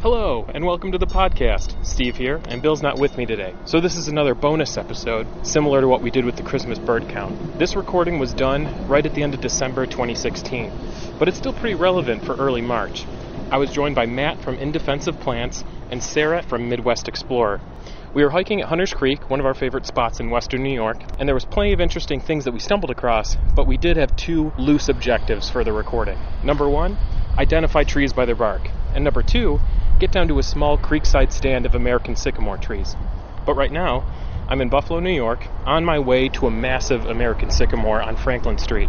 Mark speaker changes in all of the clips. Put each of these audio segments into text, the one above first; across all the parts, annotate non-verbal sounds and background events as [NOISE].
Speaker 1: Hello, and welcome to the podcast. Steve here, and Bill's not with me today. So, this is another bonus episode, similar to what we did with the Christmas bird count. This recording was done right at the end of December 2016, but it's still pretty relevant for early March. I was joined by Matt from Indefensive Plants and Sarah from Midwest Explorer. We were hiking at Hunter's Creek, one of our favorite spots in western New York, and there was plenty of interesting things that we stumbled across, but we did have two loose objectives for the recording. Number one, identify trees by their bark. And number two, get down to a small creekside stand of American sycamore trees. But right now, I'm in Buffalo, New York, on my way to a massive American sycamore on Franklin Street.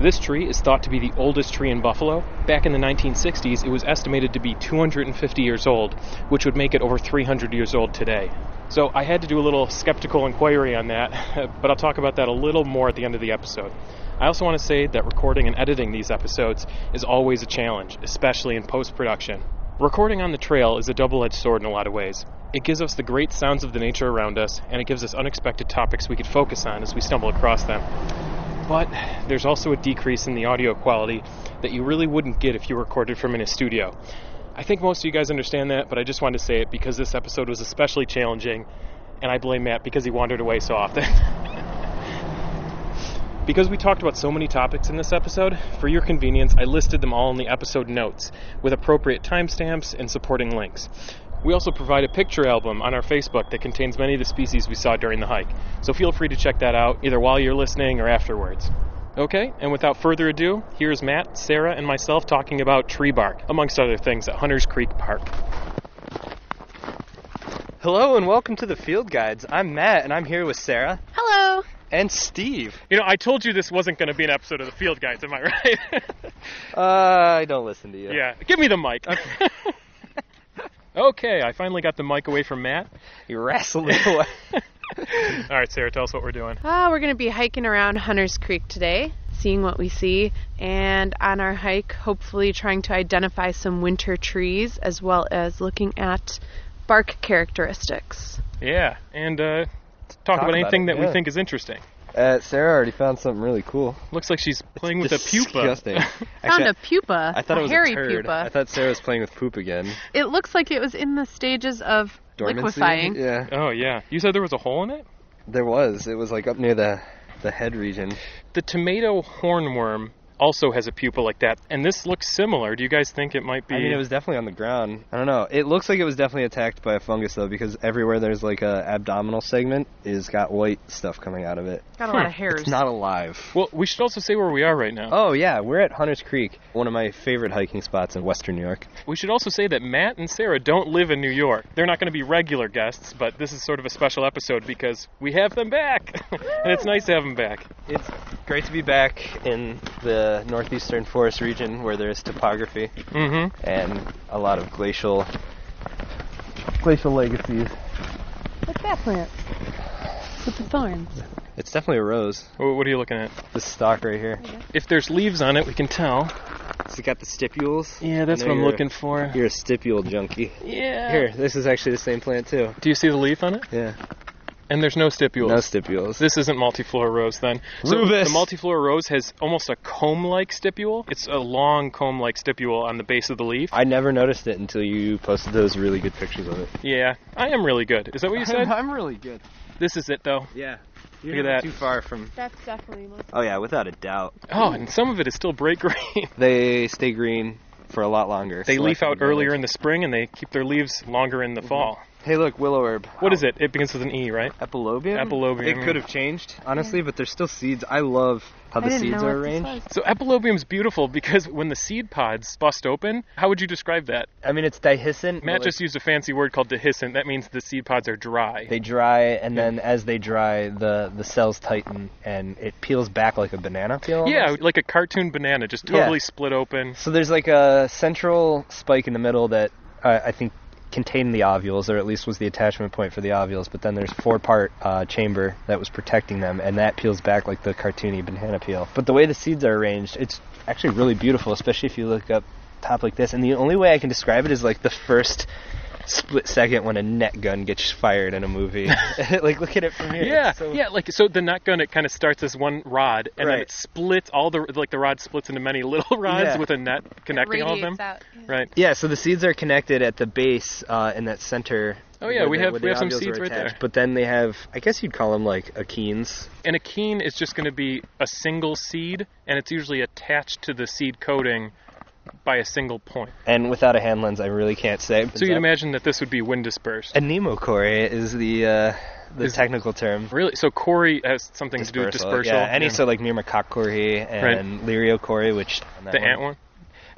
Speaker 1: This tree is thought to be the oldest tree in Buffalo. Back in the 1960s, it was estimated to be 250 years old, which would make it over 300 years old today. So I had to do a little skeptical inquiry on that, [LAUGHS] but I'll talk about that a little more at the end of the episode. I also want to say that recording and editing these episodes is always a challenge, especially in post production. Recording on the trail is a double edged sword in a lot of ways. It gives us the great sounds of the nature around us, and it gives us unexpected topics we could focus on as we stumble across them. But there's also a decrease in the audio quality that you really wouldn't get if you recorded from in a studio. I think most of you guys understand that, but I just wanted to say it because this episode was especially challenging, and I blame Matt because he wandered away so often. [LAUGHS] Because we talked about so many topics in this episode, for your convenience, I listed them all in the episode notes with appropriate timestamps and supporting links. We also provide a picture album on our Facebook that contains many of the species we saw during the hike, so feel free to check that out either while you're listening or afterwards. Okay, and without further ado, here's Matt, Sarah, and myself talking about tree bark, amongst other things, at Hunters Creek Park.
Speaker 2: Hello and welcome to the Field Guides. I'm Matt and I'm here with Sarah
Speaker 3: Hello.
Speaker 2: and Steve.
Speaker 1: You know, I told you this wasn't going to be an episode of the Field Guys, am I [LAUGHS] right?
Speaker 2: Uh, I don't listen to you.
Speaker 1: Yeah, give me the mic. [LAUGHS] Okay. I finally got the mic away from Matt.
Speaker 2: You wrestled [LAUGHS] it away.
Speaker 1: [LAUGHS] All right, Sarah, tell us what we're doing.
Speaker 3: Ah, we're going to be hiking around Hunter's Creek today, seeing what we see, and on our hike, hopefully trying to identify some winter trees as well as looking at bark characteristics.
Speaker 1: Yeah, and uh, talk, about,
Speaker 2: about
Speaker 1: anything
Speaker 2: it,
Speaker 1: that we
Speaker 2: yeah.
Speaker 1: think is interesting.
Speaker 2: uh, Sarah already found something really cool.
Speaker 1: Looks like she's playing with [LAUGHS]
Speaker 2: Disgusting.
Speaker 1: a pupa.
Speaker 3: Found
Speaker 2: Actually,
Speaker 3: a pupa,
Speaker 2: I thought
Speaker 3: a
Speaker 2: it was
Speaker 3: hairy
Speaker 2: a turd.
Speaker 3: pupa.
Speaker 2: I thought Sarah was playing with poop again.
Speaker 3: it looks like it was in the stages of
Speaker 2: Dormancy?
Speaker 3: liquefying.
Speaker 2: Yeah,
Speaker 1: oh yeah, you said there was a hole in it.
Speaker 2: there was. It was like up near the the head region.
Speaker 1: The tomato hornworm also has a pupa like that, and this looks similar. Do you guys think it might be?
Speaker 2: I mean, it was definitely on the ground. I don't know. It looks like it was definitely attacked by a fungus though, because everywhere there's like a abdominal segment is got white stuff coming out of it.
Speaker 3: Got a
Speaker 1: Hmm.
Speaker 3: lot of hairs.
Speaker 2: It's not alive.
Speaker 1: Well, we should also say where we are right now.
Speaker 2: Oh yeah, we're at Hunter's Creek, one of my favorite hiking spots in Western New York.
Speaker 1: We should also say that Matt and Sarah don't live in New York. They're not going to be regular guests, but this is sort of a special episode because we have them back. [LAUGHS] and it's nice to have them back.
Speaker 2: It's great to be back in the northeastern forest region where there's topography
Speaker 1: Mm hmm.
Speaker 2: and a lot of glacial glacial legacies.
Speaker 3: What's that plant? With the thorns.
Speaker 2: It's definitely a rose.
Speaker 1: What are you looking at?
Speaker 2: This stalk right here.
Speaker 1: If there's leaves on it, we can tell.
Speaker 2: It's got the stipules.
Speaker 1: Yeah, that's
Speaker 2: I
Speaker 1: what
Speaker 2: know
Speaker 1: I'm
Speaker 2: you're-
Speaker 1: looking for.
Speaker 2: [LAUGHS] You're a stipule junkie.
Speaker 1: Yeah.
Speaker 2: Here, this is actually the same plant too.
Speaker 1: Do you see the leaf on it?
Speaker 2: Yeah.
Speaker 1: And there's no stipules.
Speaker 2: No stipules.
Speaker 1: This isn't multiflora rose then.
Speaker 2: Rubus!
Speaker 1: So the multiflora rose has almost a comb-like stipule. It's a long comb-like stipule on the base of the leaf.
Speaker 2: I never noticed it until you posted those really good pictures of it.
Speaker 1: Yeah, I am really good. Is that what you
Speaker 2: [LAUGHS]
Speaker 1: said?
Speaker 2: really good.
Speaker 1: this is it though.
Speaker 2: Yeah. You're
Speaker 1: Look at that.
Speaker 2: not too far from
Speaker 3: That's definitely most.
Speaker 2: Oh yeah, without a doubt.
Speaker 1: Oh, and some of it is still [LAUGHS] bright green.
Speaker 2: They stay green for a lot longer.
Speaker 1: They
Speaker 2: so
Speaker 1: leaf
Speaker 2: that's
Speaker 1: out
Speaker 2: really
Speaker 1: earlier in the spring and they keep their leaves longer in the fall.
Speaker 2: Hey, look, willow herb.
Speaker 1: What is it? It begins with an E, right?
Speaker 2: Epilobium?
Speaker 1: Epilobium.
Speaker 2: It could have changed, honestly, but there's still seeds. I love how the
Speaker 3: I didn't
Speaker 2: seeds
Speaker 3: know
Speaker 2: are
Speaker 3: what this
Speaker 2: arranged.
Speaker 3: was.
Speaker 1: So epilobium's beautiful because when the seed pods bust open, how would you describe that?
Speaker 2: I mean, it's dehiscent. but,
Speaker 1: Matt
Speaker 2: like,
Speaker 1: just used a fancy word called dehiscent. That means the seed pods are dry.
Speaker 2: They dry, and then as they dry, the, the cells tighten, and it peels back like a banana peel.
Speaker 1: yeah,
Speaker 2: almost.
Speaker 1: like a cartoon banana, just
Speaker 2: Yeah.
Speaker 1: totally split open.
Speaker 2: So there's like a central spike in the middle that uh, I think contained the ovules, or at least was the attachment point for the ovules. But then there's four-part uh, chamber that was protecting them, and that peels back like the cartoony banana peel. But the way the seeds are arranged, it's actually really beautiful, especially if you look up top like this. And the only way I can describe it is like the first split second when a net gun gets fired in a movie. [LAUGHS] like look at it from here.
Speaker 1: Yeah,
Speaker 2: So-
Speaker 1: yeah. Like so, the nut gun it kind of starts as one rod, and then
Speaker 2: Right.
Speaker 1: it splits all the like the rod splits into many little [LAUGHS] rods
Speaker 2: Yeah.
Speaker 1: with a net connecting all of them.
Speaker 3: Radiates out. yeah.
Speaker 1: Right.
Speaker 2: Yeah, so the seeds are connected at the base uh, in that center.
Speaker 1: Oh, yeah,
Speaker 2: where
Speaker 1: we
Speaker 2: the-
Speaker 1: have-
Speaker 2: where
Speaker 1: we
Speaker 2: the
Speaker 1: have some
Speaker 2: ovules
Speaker 1: seeds
Speaker 2: are
Speaker 1: right there.
Speaker 2: attached. But then they have, I guess you'd call them like achenes.
Speaker 1: And a keen is just going to be a single seed, and it's usually attached to the seed coating by a single point.
Speaker 2: And without a hand lens, I really can't say.
Speaker 1: So you'd imagine that this would be wind dispersed.
Speaker 2: anemocore is the uh, the
Speaker 1: Is-
Speaker 2: technical term.
Speaker 1: Really? So Corey has something to do with dispersal.
Speaker 2: Yeah, any so like myrmecochore and lyriochore, which on that
Speaker 1: the ant one.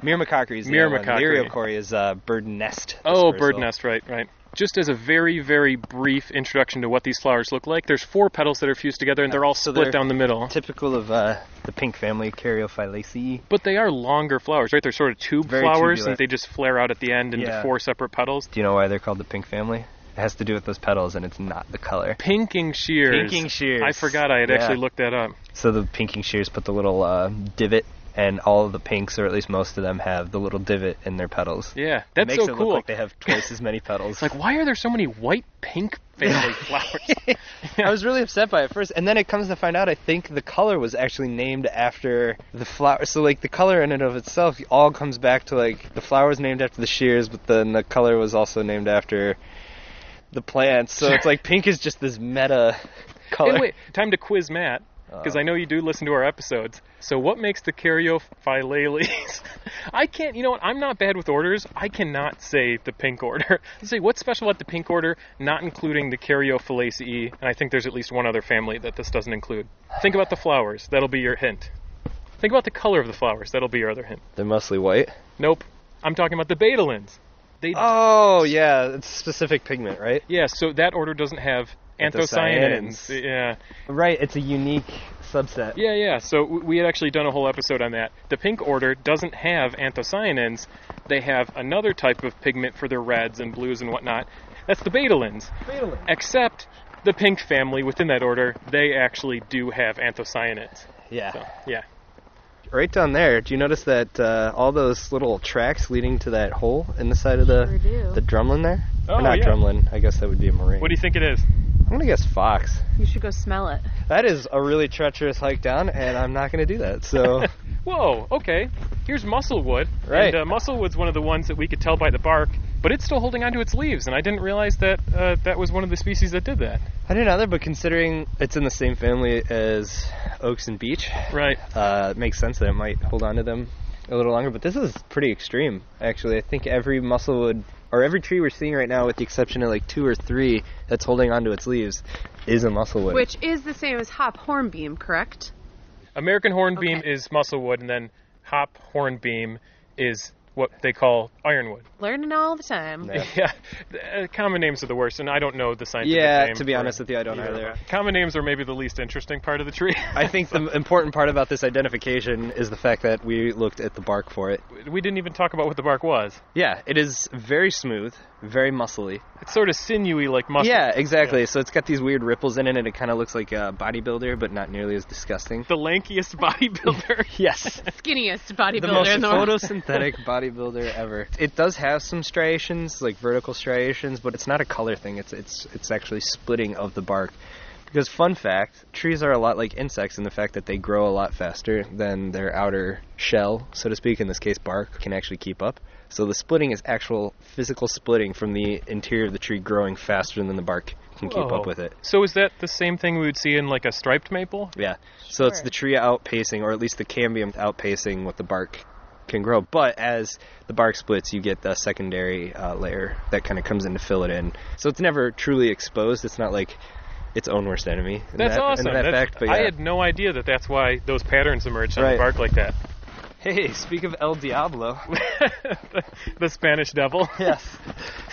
Speaker 2: Myrmecochore is the ant one.
Speaker 1: Myrmecochore.
Speaker 2: Lyriochore is uh, bird nest.
Speaker 1: Oh,
Speaker 2: dispersal.
Speaker 1: bird nest, right, right. Just as a very, very brief introduction to what these flowers look like, there's four petals that are fused together, and they're all
Speaker 2: So
Speaker 1: split
Speaker 2: they're-
Speaker 1: down the middle.
Speaker 2: Typical of uh, the pink family, Caryophyllaceae.
Speaker 1: But they are longer flowers, right? They're sort of tube
Speaker 2: Very
Speaker 1: flowers,
Speaker 2: tubular.
Speaker 1: and they just flare out at the end into
Speaker 2: Yeah.
Speaker 1: four separate petals.
Speaker 2: Do you know why they're called the pink family? It has to do with those petals, and it's not the color.
Speaker 1: Pinking shears.
Speaker 2: Pinking shears.
Speaker 1: I forgot I had
Speaker 2: Yeah.
Speaker 1: actually looked that up.
Speaker 2: So the pinking shears put the little uh, divot, and all of the pinks, or at least most of them, have the little divot in their petals.
Speaker 1: Yeah, that's
Speaker 2: it makes
Speaker 1: so
Speaker 2: it
Speaker 1: cool.
Speaker 2: look like they have twice as many petals.
Speaker 1: [LAUGHS] It's
Speaker 2: [LAUGHS]
Speaker 1: like, why are there so many white pink family flowers?
Speaker 2: I was really upset by it at first, and then it comes to find out I think the color was actually named after the flower. So like the color in and of itself all comes back to like the flower was named after the shears, but then the color was also named after the plants. So
Speaker 1: [LAUGHS]
Speaker 2: it's like pink is just this meta color.
Speaker 1: Anyway, time to quiz Matt,
Speaker 2: Uh.
Speaker 1: because I know you do listen to our episodes. So, what makes the Caryophyllales? [LAUGHS] I can't, you know what? I'm not bad with orders. I cannot say the pink order. [LAUGHS] Let's say, what's special about the pink order, not including the Caryophyllaceae? And I think there's at least one other family that this doesn't include. Think about the flowers. That'll be your hint. Think about the color of the flowers. That'll be your other hint.
Speaker 2: They're mostly white.
Speaker 1: Nope. I'm talking about the betalins. They
Speaker 2: Oh yeah, it's specific pigment, right?
Speaker 1: Yeah, so that order doesn't have anthocyanins.
Speaker 2: Anthocyanins.
Speaker 1: Yeah,
Speaker 2: Right. It's a unique subset.
Speaker 1: yeah, yeah. So w- we had actually done a whole episode on that. The pink order doesn't have anthocyanins. They have another type of pigment for their reds and blues and whatnot. That's the betalins. Except the pink family within that order, they actually do have anthocyanins.
Speaker 2: Yeah.
Speaker 1: So, yeah.
Speaker 2: Right down there. Do you notice that uh, all those little tracks leading to that hole in the side of the
Speaker 3: Sure do.
Speaker 2: the drumlin there?
Speaker 1: Oh,
Speaker 2: Or not
Speaker 1: yeah.
Speaker 2: drumlin. I guess that would be a marine.
Speaker 1: What do you think it is?
Speaker 2: I'm gonna guess fox.
Speaker 3: You should go smell it.
Speaker 2: That is a really treacherous hike down, and I'm not gonna do
Speaker 1: [LAUGHS]
Speaker 2: that. So
Speaker 1: Whoa, okay. Here's Musselwood.
Speaker 2: Right.
Speaker 1: And uh, Musselwood's one of the ones that we could tell by the bark, but it's still holding onto its leaves, and I didn't realize that uh, that was one of the species that did that.
Speaker 2: I didn't either. But considering it's in the same family as oaks and beech,
Speaker 1: Right.
Speaker 2: uh, it makes sense that it might hold on to them a little longer. But this is pretty extreme, actually. I think every musclewood or every tree we're seeing right now, with the exception of like two or three that's holding onto its leaves, is a musclewood.
Speaker 3: Which is the same as hop hornbeam, correct?
Speaker 1: American hornbeam
Speaker 3: Okay.
Speaker 1: is musselwood, and then hop hornbeam is what they call ironwood.
Speaker 3: Learning all the time.
Speaker 2: Yeah.
Speaker 1: [LAUGHS] Yeah, the, uh, common names are the worst, and I don't know the scientific
Speaker 2: yeah,
Speaker 1: name
Speaker 2: to be
Speaker 1: for
Speaker 2: honest with you, I don't
Speaker 1: either of
Speaker 2: either.
Speaker 1: them. Common names are maybe the least interesting part of the
Speaker 2: [LAUGHS]
Speaker 1: tree. [LAUGHS]
Speaker 2: I think the important part about this identification is the fact that we looked at the bark for it.
Speaker 1: we didn't even talk about what the bark was.
Speaker 2: Yeah, it is very smooth, very muscly.
Speaker 1: It's sort of sinewy like muscle.
Speaker 2: Yeah, exactly. So it's got these weird ripples in it, and it kind of looks like a bodybuilder, but not nearly as disgusting.
Speaker 1: The lankiest [LAUGHS] bodybuilder.
Speaker 2: Yes.
Speaker 3: Skinniest
Speaker 2: the
Speaker 3: bodybuilder
Speaker 2: most
Speaker 3: in the world. [LAUGHS]
Speaker 2: photosynthetic bodybuilder ever. It does have some striations, like vertical striations, but it's not a color thing. It's it's it's actually splitting of the bark. Because fun fact, trees are a lot like insects in the fact that they grow a lot faster than their outer shell, so to speak. In this case, bark can actually keep up. So the splitting is actual physical splitting from the interior of the tree growing faster than the bark can keep
Speaker 1: Whoa.
Speaker 2: up with it.
Speaker 1: Oh. So is that the same thing we would see in like a striped maple?
Speaker 2: Yeah. So it's
Speaker 3: Sure.
Speaker 2: the tree outpacing, or at least the cambium outpacing what the bark can grow. But as the bark splits, you get the secondary uh, layer that kind of comes in to fill it in. So it's never truly exposed. It's not like its own worst enemy. in
Speaker 1: That's
Speaker 2: that, in
Speaker 1: awesome.
Speaker 2: that
Speaker 1: That's-
Speaker 2: fact, but
Speaker 1: I
Speaker 2: yeah.
Speaker 1: had no idea that that's why those patterns emerged on the
Speaker 2: Right.
Speaker 1: bark like that. [LAUGHS]
Speaker 2: Hey, speak of El Diablo.
Speaker 1: the Spanish devil.
Speaker 2: [LAUGHS]
Speaker 1: [LAUGHS]
Speaker 2: yes.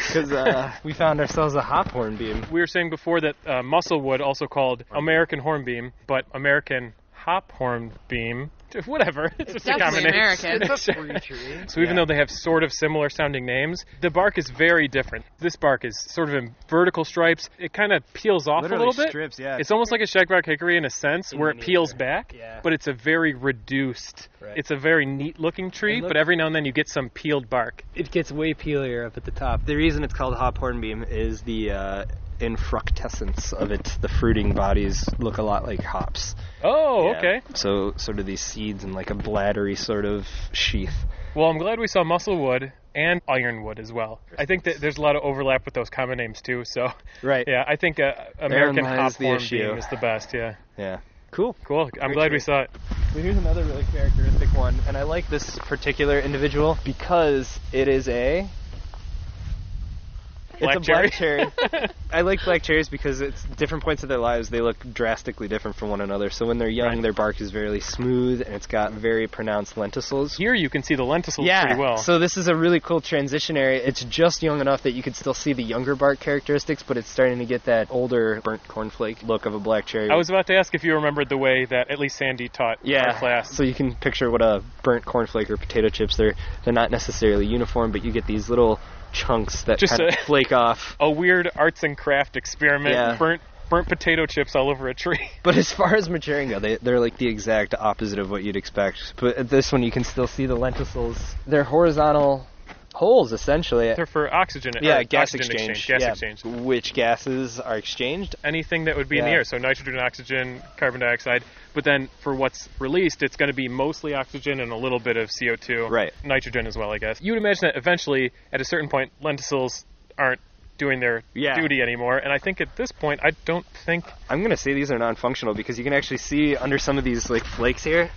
Speaker 2: Because uh, we found ourselves a hop hornbeam.
Speaker 1: We were saying before that uh, musselwood, also called American hornbeam, but American hop hornbeam [LAUGHS] whatever. It's, just a
Speaker 3: definitely
Speaker 1: common name.
Speaker 3: American.
Speaker 4: It's a
Speaker 1: [LAUGHS]
Speaker 4: free tree.
Speaker 1: So even though they have sort of similar sounding names, the bark is very different. This bark is sort of in vertical stripes. It kind of peels off
Speaker 2: Literally
Speaker 1: a little bit.
Speaker 2: strips, yeah.
Speaker 1: It's almost like a shagbark hickory in a sense, where it
Speaker 2: Indian
Speaker 1: peels
Speaker 2: hickory.
Speaker 1: back.
Speaker 2: Yeah.
Speaker 1: But it's a very reduced.
Speaker 2: Right.
Speaker 1: It's a very neat looking tree,
Speaker 2: It looks-
Speaker 1: but every now and then you get some peeled bark.
Speaker 2: It gets way peelier up at the top. The reason it's called hop hornbeam is the uh, infructescence of it. The fruiting bodies look a lot like hops.
Speaker 1: Oh,
Speaker 2: Yeah.
Speaker 1: okay.
Speaker 2: So sort of these seeds in like a bladdery sort of sheath.
Speaker 1: Well, I'm glad we saw musclewood and ironwood as well. I think that there's a lot of overlap with those common names too. So
Speaker 2: Right.
Speaker 1: yeah, I think uh, American
Speaker 2: lies
Speaker 1: hop
Speaker 2: the
Speaker 1: hornbeam
Speaker 2: issue.
Speaker 1: is the best. Yeah,
Speaker 2: Yeah. Cool.
Speaker 1: cool. I'm glad we saw it.
Speaker 2: Well, here's another really characteristic one, and I like this particular individual because it is a.
Speaker 1: Black
Speaker 2: it's a
Speaker 1: [LAUGHS]
Speaker 2: black cherry. I like black cherries because it's different points of their lives. They look drastically different from one another. So when they're young,
Speaker 1: Right.
Speaker 2: their bark is very smooth and it's got very pronounced lenticels.
Speaker 1: Here you can see the lenticels
Speaker 2: yeah.
Speaker 1: pretty well.
Speaker 2: So this is a really cool transition area. It's just young enough that you could still see the younger bark characteristics, but it's starting to get that older burnt cornflake look of a black cherry.
Speaker 1: I was about to ask if you remembered the way that at least Sandy taught
Speaker 2: yeah.
Speaker 1: our class.
Speaker 2: So you can picture what a burnt cornflake or potato chips. They're they're not necessarily uniform, but you get these little chunks that
Speaker 1: Just
Speaker 2: kind
Speaker 1: a-
Speaker 2: of flake off.
Speaker 1: A weird arts and craft experiment.
Speaker 2: Yeah.
Speaker 1: Burnt burnt potato chips all over a tree. [LAUGHS]
Speaker 2: But as far as maturing go, they they're like the exact opposite of what you'd expect. But at this one, you can still see the lenticels. They're horizontal holes essentially.
Speaker 1: They're for oxygen.
Speaker 2: yeah,
Speaker 1: or
Speaker 2: gas
Speaker 1: oxygen
Speaker 2: exchange.
Speaker 1: Gas
Speaker 2: yeah.
Speaker 1: exchange.
Speaker 2: Which gases are exchanged?
Speaker 1: anything that would be in the
Speaker 2: Yeah.
Speaker 1: air. So nitrogen, oxygen, carbon dioxide. But then for what's released, it's going to be mostly oxygen and a little bit of CO2.
Speaker 2: Right.
Speaker 1: Nitrogen as well, I guess. You would imagine that eventually, at a certain point, lenticels aren't doing their
Speaker 2: Yeah.
Speaker 1: duty anymore. And I think at this point, I don't think.
Speaker 2: I'm gonna say these are non-functional because you can actually see under some of these like flakes here,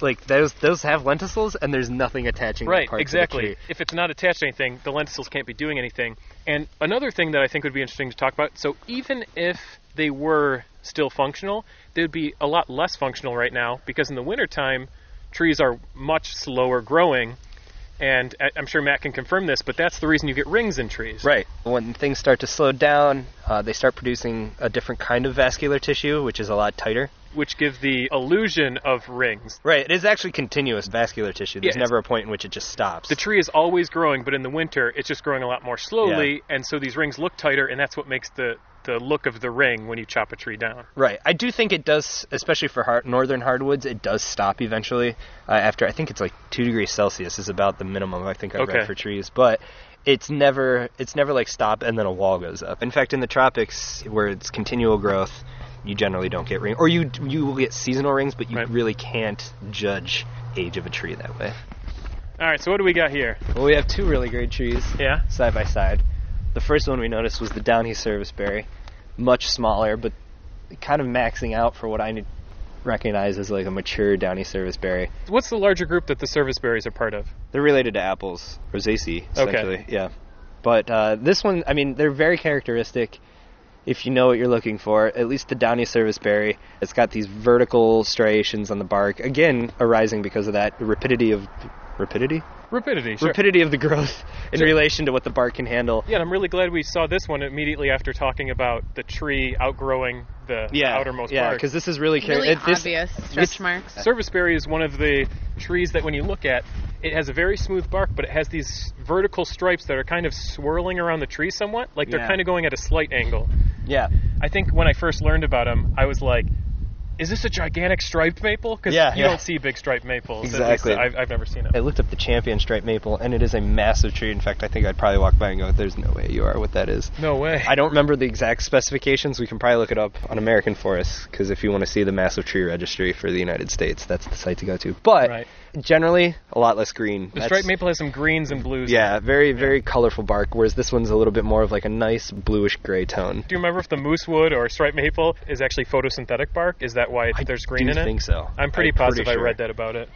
Speaker 2: like those those have lenticels and there's nothing attaching. to
Speaker 1: Right,
Speaker 2: parts of the
Speaker 1: exactly.
Speaker 2: tree.
Speaker 1: If it's not attached to anything, the lenticels can't be doing anything. And another thing that I think would be interesting to talk about so even if they were still functional, they would be a lot less functional right now because in the wintertime, trees are much slower growing. And I- I'm sure Matt can confirm this, but that's the reason you get rings in trees.
Speaker 2: Right. When things start to slow down, uh, they start producing a different kind of vascular tissue, which is a lot tighter.
Speaker 1: Which gives the illusion of rings.
Speaker 2: Right. It is actually continuous vascular tissue. There's
Speaker 1: Yeah, it's-
Speaker 2: never a point in which it just stops.
Speaker 1: The tree is always growing, but in the winter, it's just growing a lot more slowly. And so these rings look tighter, and that's what makes the, the look of the ring when you chop a tree down.
Speaker 2: right. I do think it does, especially for hard, northern hardwoods, it does stop eventually. Uh, after I think it's like two degrees Celsius is about the minimum I think I've
Speaker 1: Okay.
Speaker 2: read for trees, but. It's never it's never like stop and then a wall goes up. In fact, in the tropics where it's continual growth, you generally don't get ring or you you will get seasonal rings, but you
Speaker 1: Right.
Speaker 2: really can't judge age of a tree that way.
Speaker 1: All right, so what do we got here?
Speaker 2: Well, we have two really great trees
Speaker 1: Yeah.
Speaker 2: side by side. The first one we noticed was the downy serviceberry, much smaller, but kind of maxing out for what I n- recognize as like a mature downy serviceberry.
Speaker 1: What's the larger group that the service berries are part of?
Speaker 2: They're related to apples, Rosaceae, essentially. Yeah. But uh, this one, I mean, they're very characteristic. If you know what you're looking for, at least the downy serviceberry, it's got these vertical striations on the bark. Again, arising because of that rapidity of rapidity,
Speaker 1: Rapidity. Sure.
Speaker 2: rapidity of the growth in relation to what the bark can handle.
Speaker 1: yeah, and I'm really glad we saw this one immediately after talking about the tree outgrowing the
Speaker 2: yeah,
Speaker 1: outermost
Speaker 2: yeah,
Speaker 1: bark.
Speaker 2: because this is really, char-
Speaker 3: Really
Speaker 2: it- this-
Speaker 3: obvious
Speaker 2: this-
Speaker 3: stretch marks.
Speaker 1: Service berry is one of the trees that when you look at, it has a very smooth bark, but it has these vertical stripes that are kind of swirling around the tree somewhat, like they're
Speaker 2: Yeah.
Speaker 1: kind of going at a slight angle.
Speaker 2: Yeah,
Speaker 1: I think when I first learned about them, I was like, is this a gigantic striped maple? Because
Speaker 2: Yeah,
Speaker 1: you
Speaker 2: yeah.
Speaker 1: don't see big striped maples. at least
Speaker 2: Exactly.
Speaker 1: I've, I've never seen
Speaker 2: I
Speaker 1: them.
Speaker 2: looked up the champion striped maple, and it is a massive tree. In fact, I think I'd probably walk by and go, "There's no way you are what that is."
Speaker 1: No way.
Speaker 2: I don't remember the exact specifications. We can probably look it up on American Forests because if you want to see the massive tree registry for the United States, that's the site to go to. But
Speaker 1: Right.
Speaker 2: generally, a lot less green.
Speaker 1: The
Speaker 2: That's-
Speaker 1: striped maple has some greens and blues.
Speaker 2: Yeah, very very colorful bark. Whereas this one's a little bit more of like a nice bluish gray tone.
Speaker 1: Do you remember if the moosewood or striped maple is actually photosynthetic bark? Is that why
Speaker 2: I
Speaker 1: there's green
Speaker 2: do
Speaker 1: in it?
Speaker 2: think so.
Speaker 1: I'm pretty
Speaker 2: I'm pretty
Speaker 1: positive I
Speaker 2: sure.
Speaker 1: read that about it.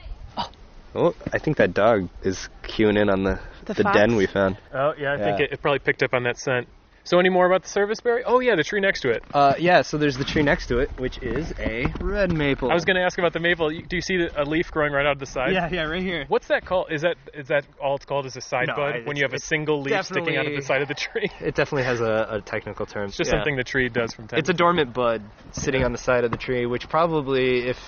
Speaker 2: Oh, I think that dog is queuing in on the
Speaker 3: The
Speaker 2: the
Speaker 3: fox?
Speaker 2: den we found.
Speaker 1: Oh yeah, I think
Speaker 2: Yeah.
Speaker 1: it, it probably picked up on that scent. So any more about the service berry? Oh yeah, the tree next to it.
Speaker 2: Uh, yeah, so there's the tree next to it, which is a red maple.
Speaker 1: I was going to ask about the maple. You- Do you see the, a leaf growing right out of the side?
Speaker 2: yeah, right here.
Speaker 1: What's that called? Is that is that all it's called? Is a side
Speaker 2: No,
Speaker 1: bud
Speaker 2: I-
Speaker 1: when you have a
Speaker 2: it's-
Speaker 1: single leaf sticking out of the
Speaker 2: definitely-
Speaker 1: side of the tree? [LAUGHS]
Speaker 2: It definitely has a, a technical term.
Speaker 1: It's just something the tree does from time.
Speaker 2: It's a
Speaker 1: to time.
Speaker 2: dormant bud sitting on the side of the tree, which probably, if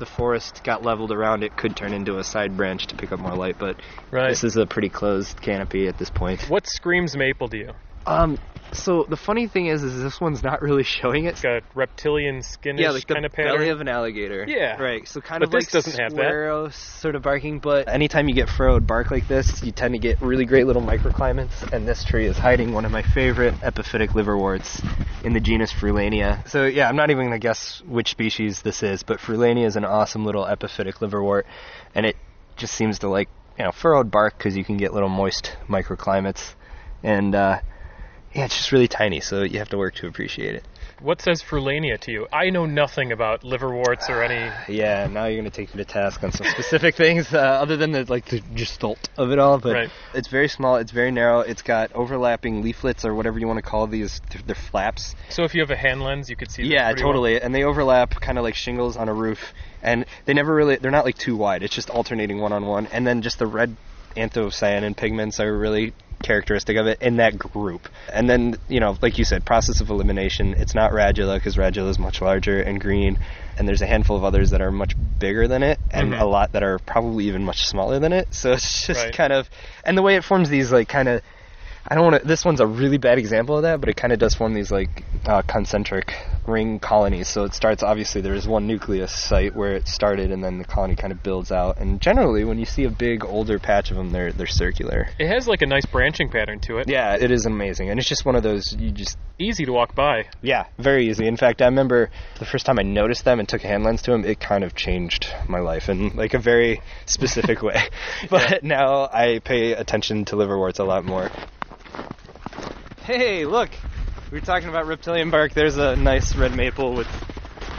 Speaker 2: the forest got leveled around it, could turn into a side branch to pick up more light. But
Speaker 1: Right.
Speaker 2: this is a pretty closed canopy at this point.
Speaker 1: What screams maple to you?
Speaker 2: Um, so the funny thing is, is this one's not really [LAUGHS] showing it.
Speaker 1: It's got a reptilian skinnish
Speaker 2: yeah, like the
Speaker 1: kind of pattern.
Speaker 2: belly of an alligator.
Speaker 1: Yeah.
Speaker 2: right. So kind
Speaker 1: But
Speaker 2: of
Speaker 1: this
Speaker 2: like
Speaker 1: doesn't have that.
Speaker 2: sparrow sort of barking. But anytime you get furrowed bark like this, you tend to get really great little microclimates. And this tree is hiding one of my favorite epiphytic liverworts in the genus Frulania. So yeah, I'm not even gonna guess which species this is, but Frulania is an awesome little epiphytic liverwort, and it just seems to like you know furrowed bark because you can get little moist microclimates, and uh, yeah, it's just really tiny, so you have to work to appreciate it.
Speaker 1: What says Frulania to you? I know nothing about liverworts or any.
Speaker 2: [SIGHS] Yeah, now you're gonna take me to task on some specific [LAUGHS] things, uh, other than the like the gestalt of it all. But
Speaker 1: Right.
Speaker 2: it's very small, it's very narrow, it's got overlapping leaflets or whatever you want to call these. Th- they're flaps.
Speaker 1: So if you have a hand lens, you could see. this
Speaker 2: yeah,
Speaker 1: pretty well.
Speaker 2: totally. And they overlap kind of like shingles on a roof, and they never really they're not like too wide. It's just alternating one on one, and then just the red anthocyanin pigments are really characteristic of it in that group. And then you know, like you said, process of elimination. It's not radula because radula is much larger and green, and there's a handful of others that are much bigger than it, and
Speaker 1: Mhm.
Speaker 2: a lot that are probably even much smaller than it. So it's just
Speaker 1: Right.
Speaker 2: kind of and the way it forms these like kind of I don't want to. This one's a really bad example of that, but it kind of does form these like uh, concentric ring colonies. So it starts obviously there is one nucleus site where it started, and then the colony kind of builds out. And generally, when you see a big older patch of them, they're they're circular.
Speaker 1: It has like a nice branching pattern to it.
Speaker 2: Yeah, it is amazing, and it's just one of those you just
Speaker 1: Easy to walk by.
Speaker 2: yeah very easy. In fact, I remember the first time I noticed them and took a hand lens to them, it kind of changed my life in like a very specific [LAUGHS] way. But now I pay attention to liverworts a lot more. Hey, look. We were talking about reptilian bark. There's a nice red maple with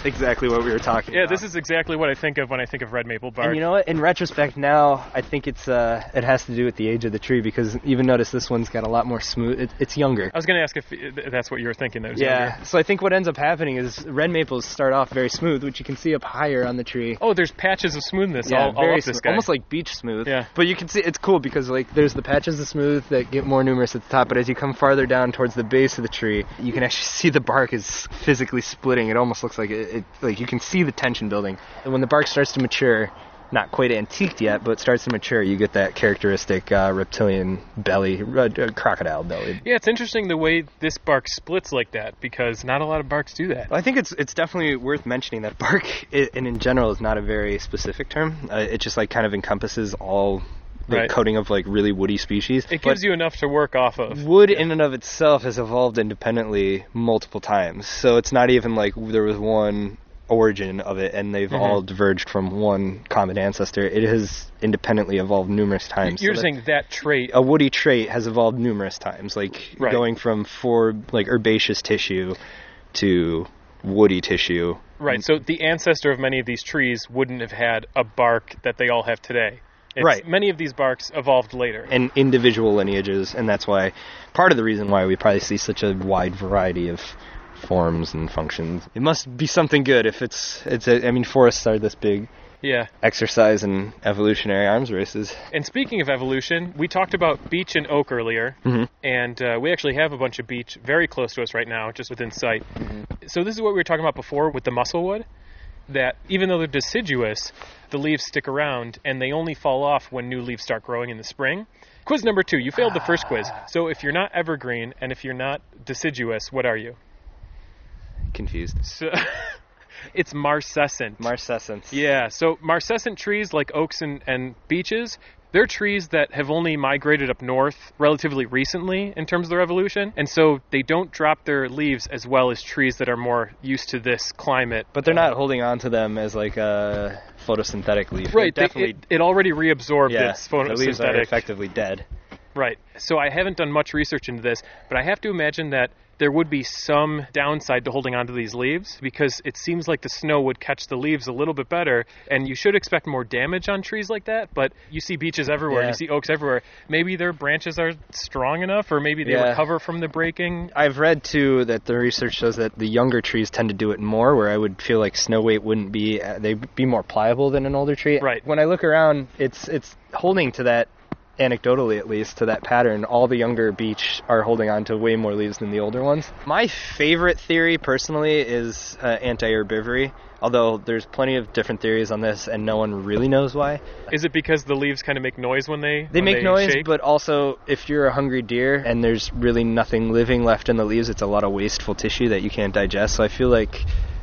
Speaker 2: exactly what we were talking
Speaker 1: Yeah,
Speaker 2: about.
Speaker 1: this is exactly what I think of when I think of red maple bark.
Speaker 2: And you know what? In retrospect, now I think it's uh, it has to do with the age of the tree because even notice this one's got a lot more smooth. It, it's younger.
Speaker 1: I was going to ask if uh, that's what you were thinking. That it was
Speaker 2: yeah.
Speaker 1: younger.
Speaker 2: So I think what ends up happening is red maples start off very smooth, which you can see up higher on the tree.
Speaker 1: Oh, there's patches of smoothness all, all up this
Speaker 2: smooth,
Speaker 1: guy.
Speaker 2: almost like beach smooth.
Speaker 1: Yeah.
Speaker 2: But you can see it's cool because like there's the patches of smooth that get more numerous at the top, but as you come farther down towards the base of the tree, you can actually see the bark is physically splitting. It almost looks like it, it like you can see the tension building. And when the bark starts to mature, not quite antiqued yet, but starts to mature, you get that characteristic uh, reptilian belly, uh, uh, crocodile belly.
Speaker 1: Yeah, it's interesting the way this bark splits like that because not a lot of barks do that.
Speaker 2: Well, I think it's it's definitely worth mentioning that bark, [LAUGHS] i and in general, is not a very specific term. Uh, it just like kind of encompasses all the
Speaker 1: Right.
Speaker 2: coating of like really woody species.
Speaker 1: It gives you enough to work off of.
Speaker 2: wood in and of itself has evolved independently multiple times, so it's not even like there was one origin of it and
Speaker 1: Mm-hmm.
Speaker 2: they've all diverged from one common ancestor. It has independently evolved numerous times.
Speaker 1: You're
Speaker 2: So that-
Speaker 1: saying that trait.
Speaker 2: a woody trait has evolved numerous times, like
Speaker 1: Right.
Speaker 2: going from for like herbaceous tissue to woody tissue
Speaker 1: Right. So the ancestor of many of these trees wouldn't have had a bark that they all have today. It's,
Speaker 2: Right.
Speaker 1: Many of these barks evolved later.
Speaker 2: and individual lineages, and that's why part of the reason why we probably see such a wide variety of forms and functions. It must be something good if it's it's. A, I mean, forests are this big
Speaker 1: Yeah.
Speaker 2: exercise in evolutionary arms races.
Speaker 1: And speaking of evolution, we talked about beech and oak earlier,
Speaker 2: Mm-hmm.
Speaker 1: and uh, we actually have a bunch of beech very close to us right now, just within sight.
Speaker 2: Mm-hmm.
Speaker 1: So this is what we were talking about before with the musselwood, that even though they're deciduous, the leaves stick around and they only fall off when new leaves start growing in the spring. Quiz number two, you failed the first quiz. So if you're not evergreen and if you're not deciduous, what are you?
Speaker 2: Confused.
Speaker 1: So [LAUGHS] it's marcescent.
Speaker 2: Marcescence.
Speaker 1: Yeah, so marcescent trees like oaks and, and beeches, they're trees that have only migrated up north relatively recently in terms of their evolution, and so they don't drop their leaves as well as trees that are more used to this climate.
Speaker 2: But they're not holding on to them as like a photosynthetic leaf.
Speaker 1: Right, they-
Speaker 2: They're definitely.
Speaker 1: it, it already reabsorbed
Speaker 2: yeah,
Speaker 1: its
Speaker 2: the leaves are
Speaker 1: photosynthetic
Speaker 2: effectively dead.
Speaker 1: Right. So I haven't done much research into this, but I have to imagine that there would be some downside to holding onto these leaves because it seems like the snow would catch the leaves a little bit better, and you should expect more damage on trees like that. But you see beeches everywhere,
Speaker 2: Yeah.
Speaker 1: you see oaks everywhere. Maybe their branches are strong enough, or maybe they
Speaker 2: Yeah.
Speaker 1: recover from the breaking.
Speaker 2: I've read too that the research shows that the younger trees tend to do it more. Where I would feel like snow weight wouldn't be they'd be more pliable than an older tree.
Speaker 1: Right.
Speaker 2: When I look around, it's it's holding to that anecdotally at least, to that pattern, all the younger beech are holding on to way more leaves than the older ones. My favorite theory, personally, is uh, anti-herbivory. Although there's plenty of different theories on this, and no one really knows why.
Speaker 1: Is it because the leaves kind of make noise when they
Speaker 2: They
Speaker 1: when
Speaker 2: make noise,
Speaker 1: shake?
Speaker 2: but also if you're a hungry deer and there's really nothing living left in the leaves, it's a lot of wasteful tissue that you can't digest. So I feel like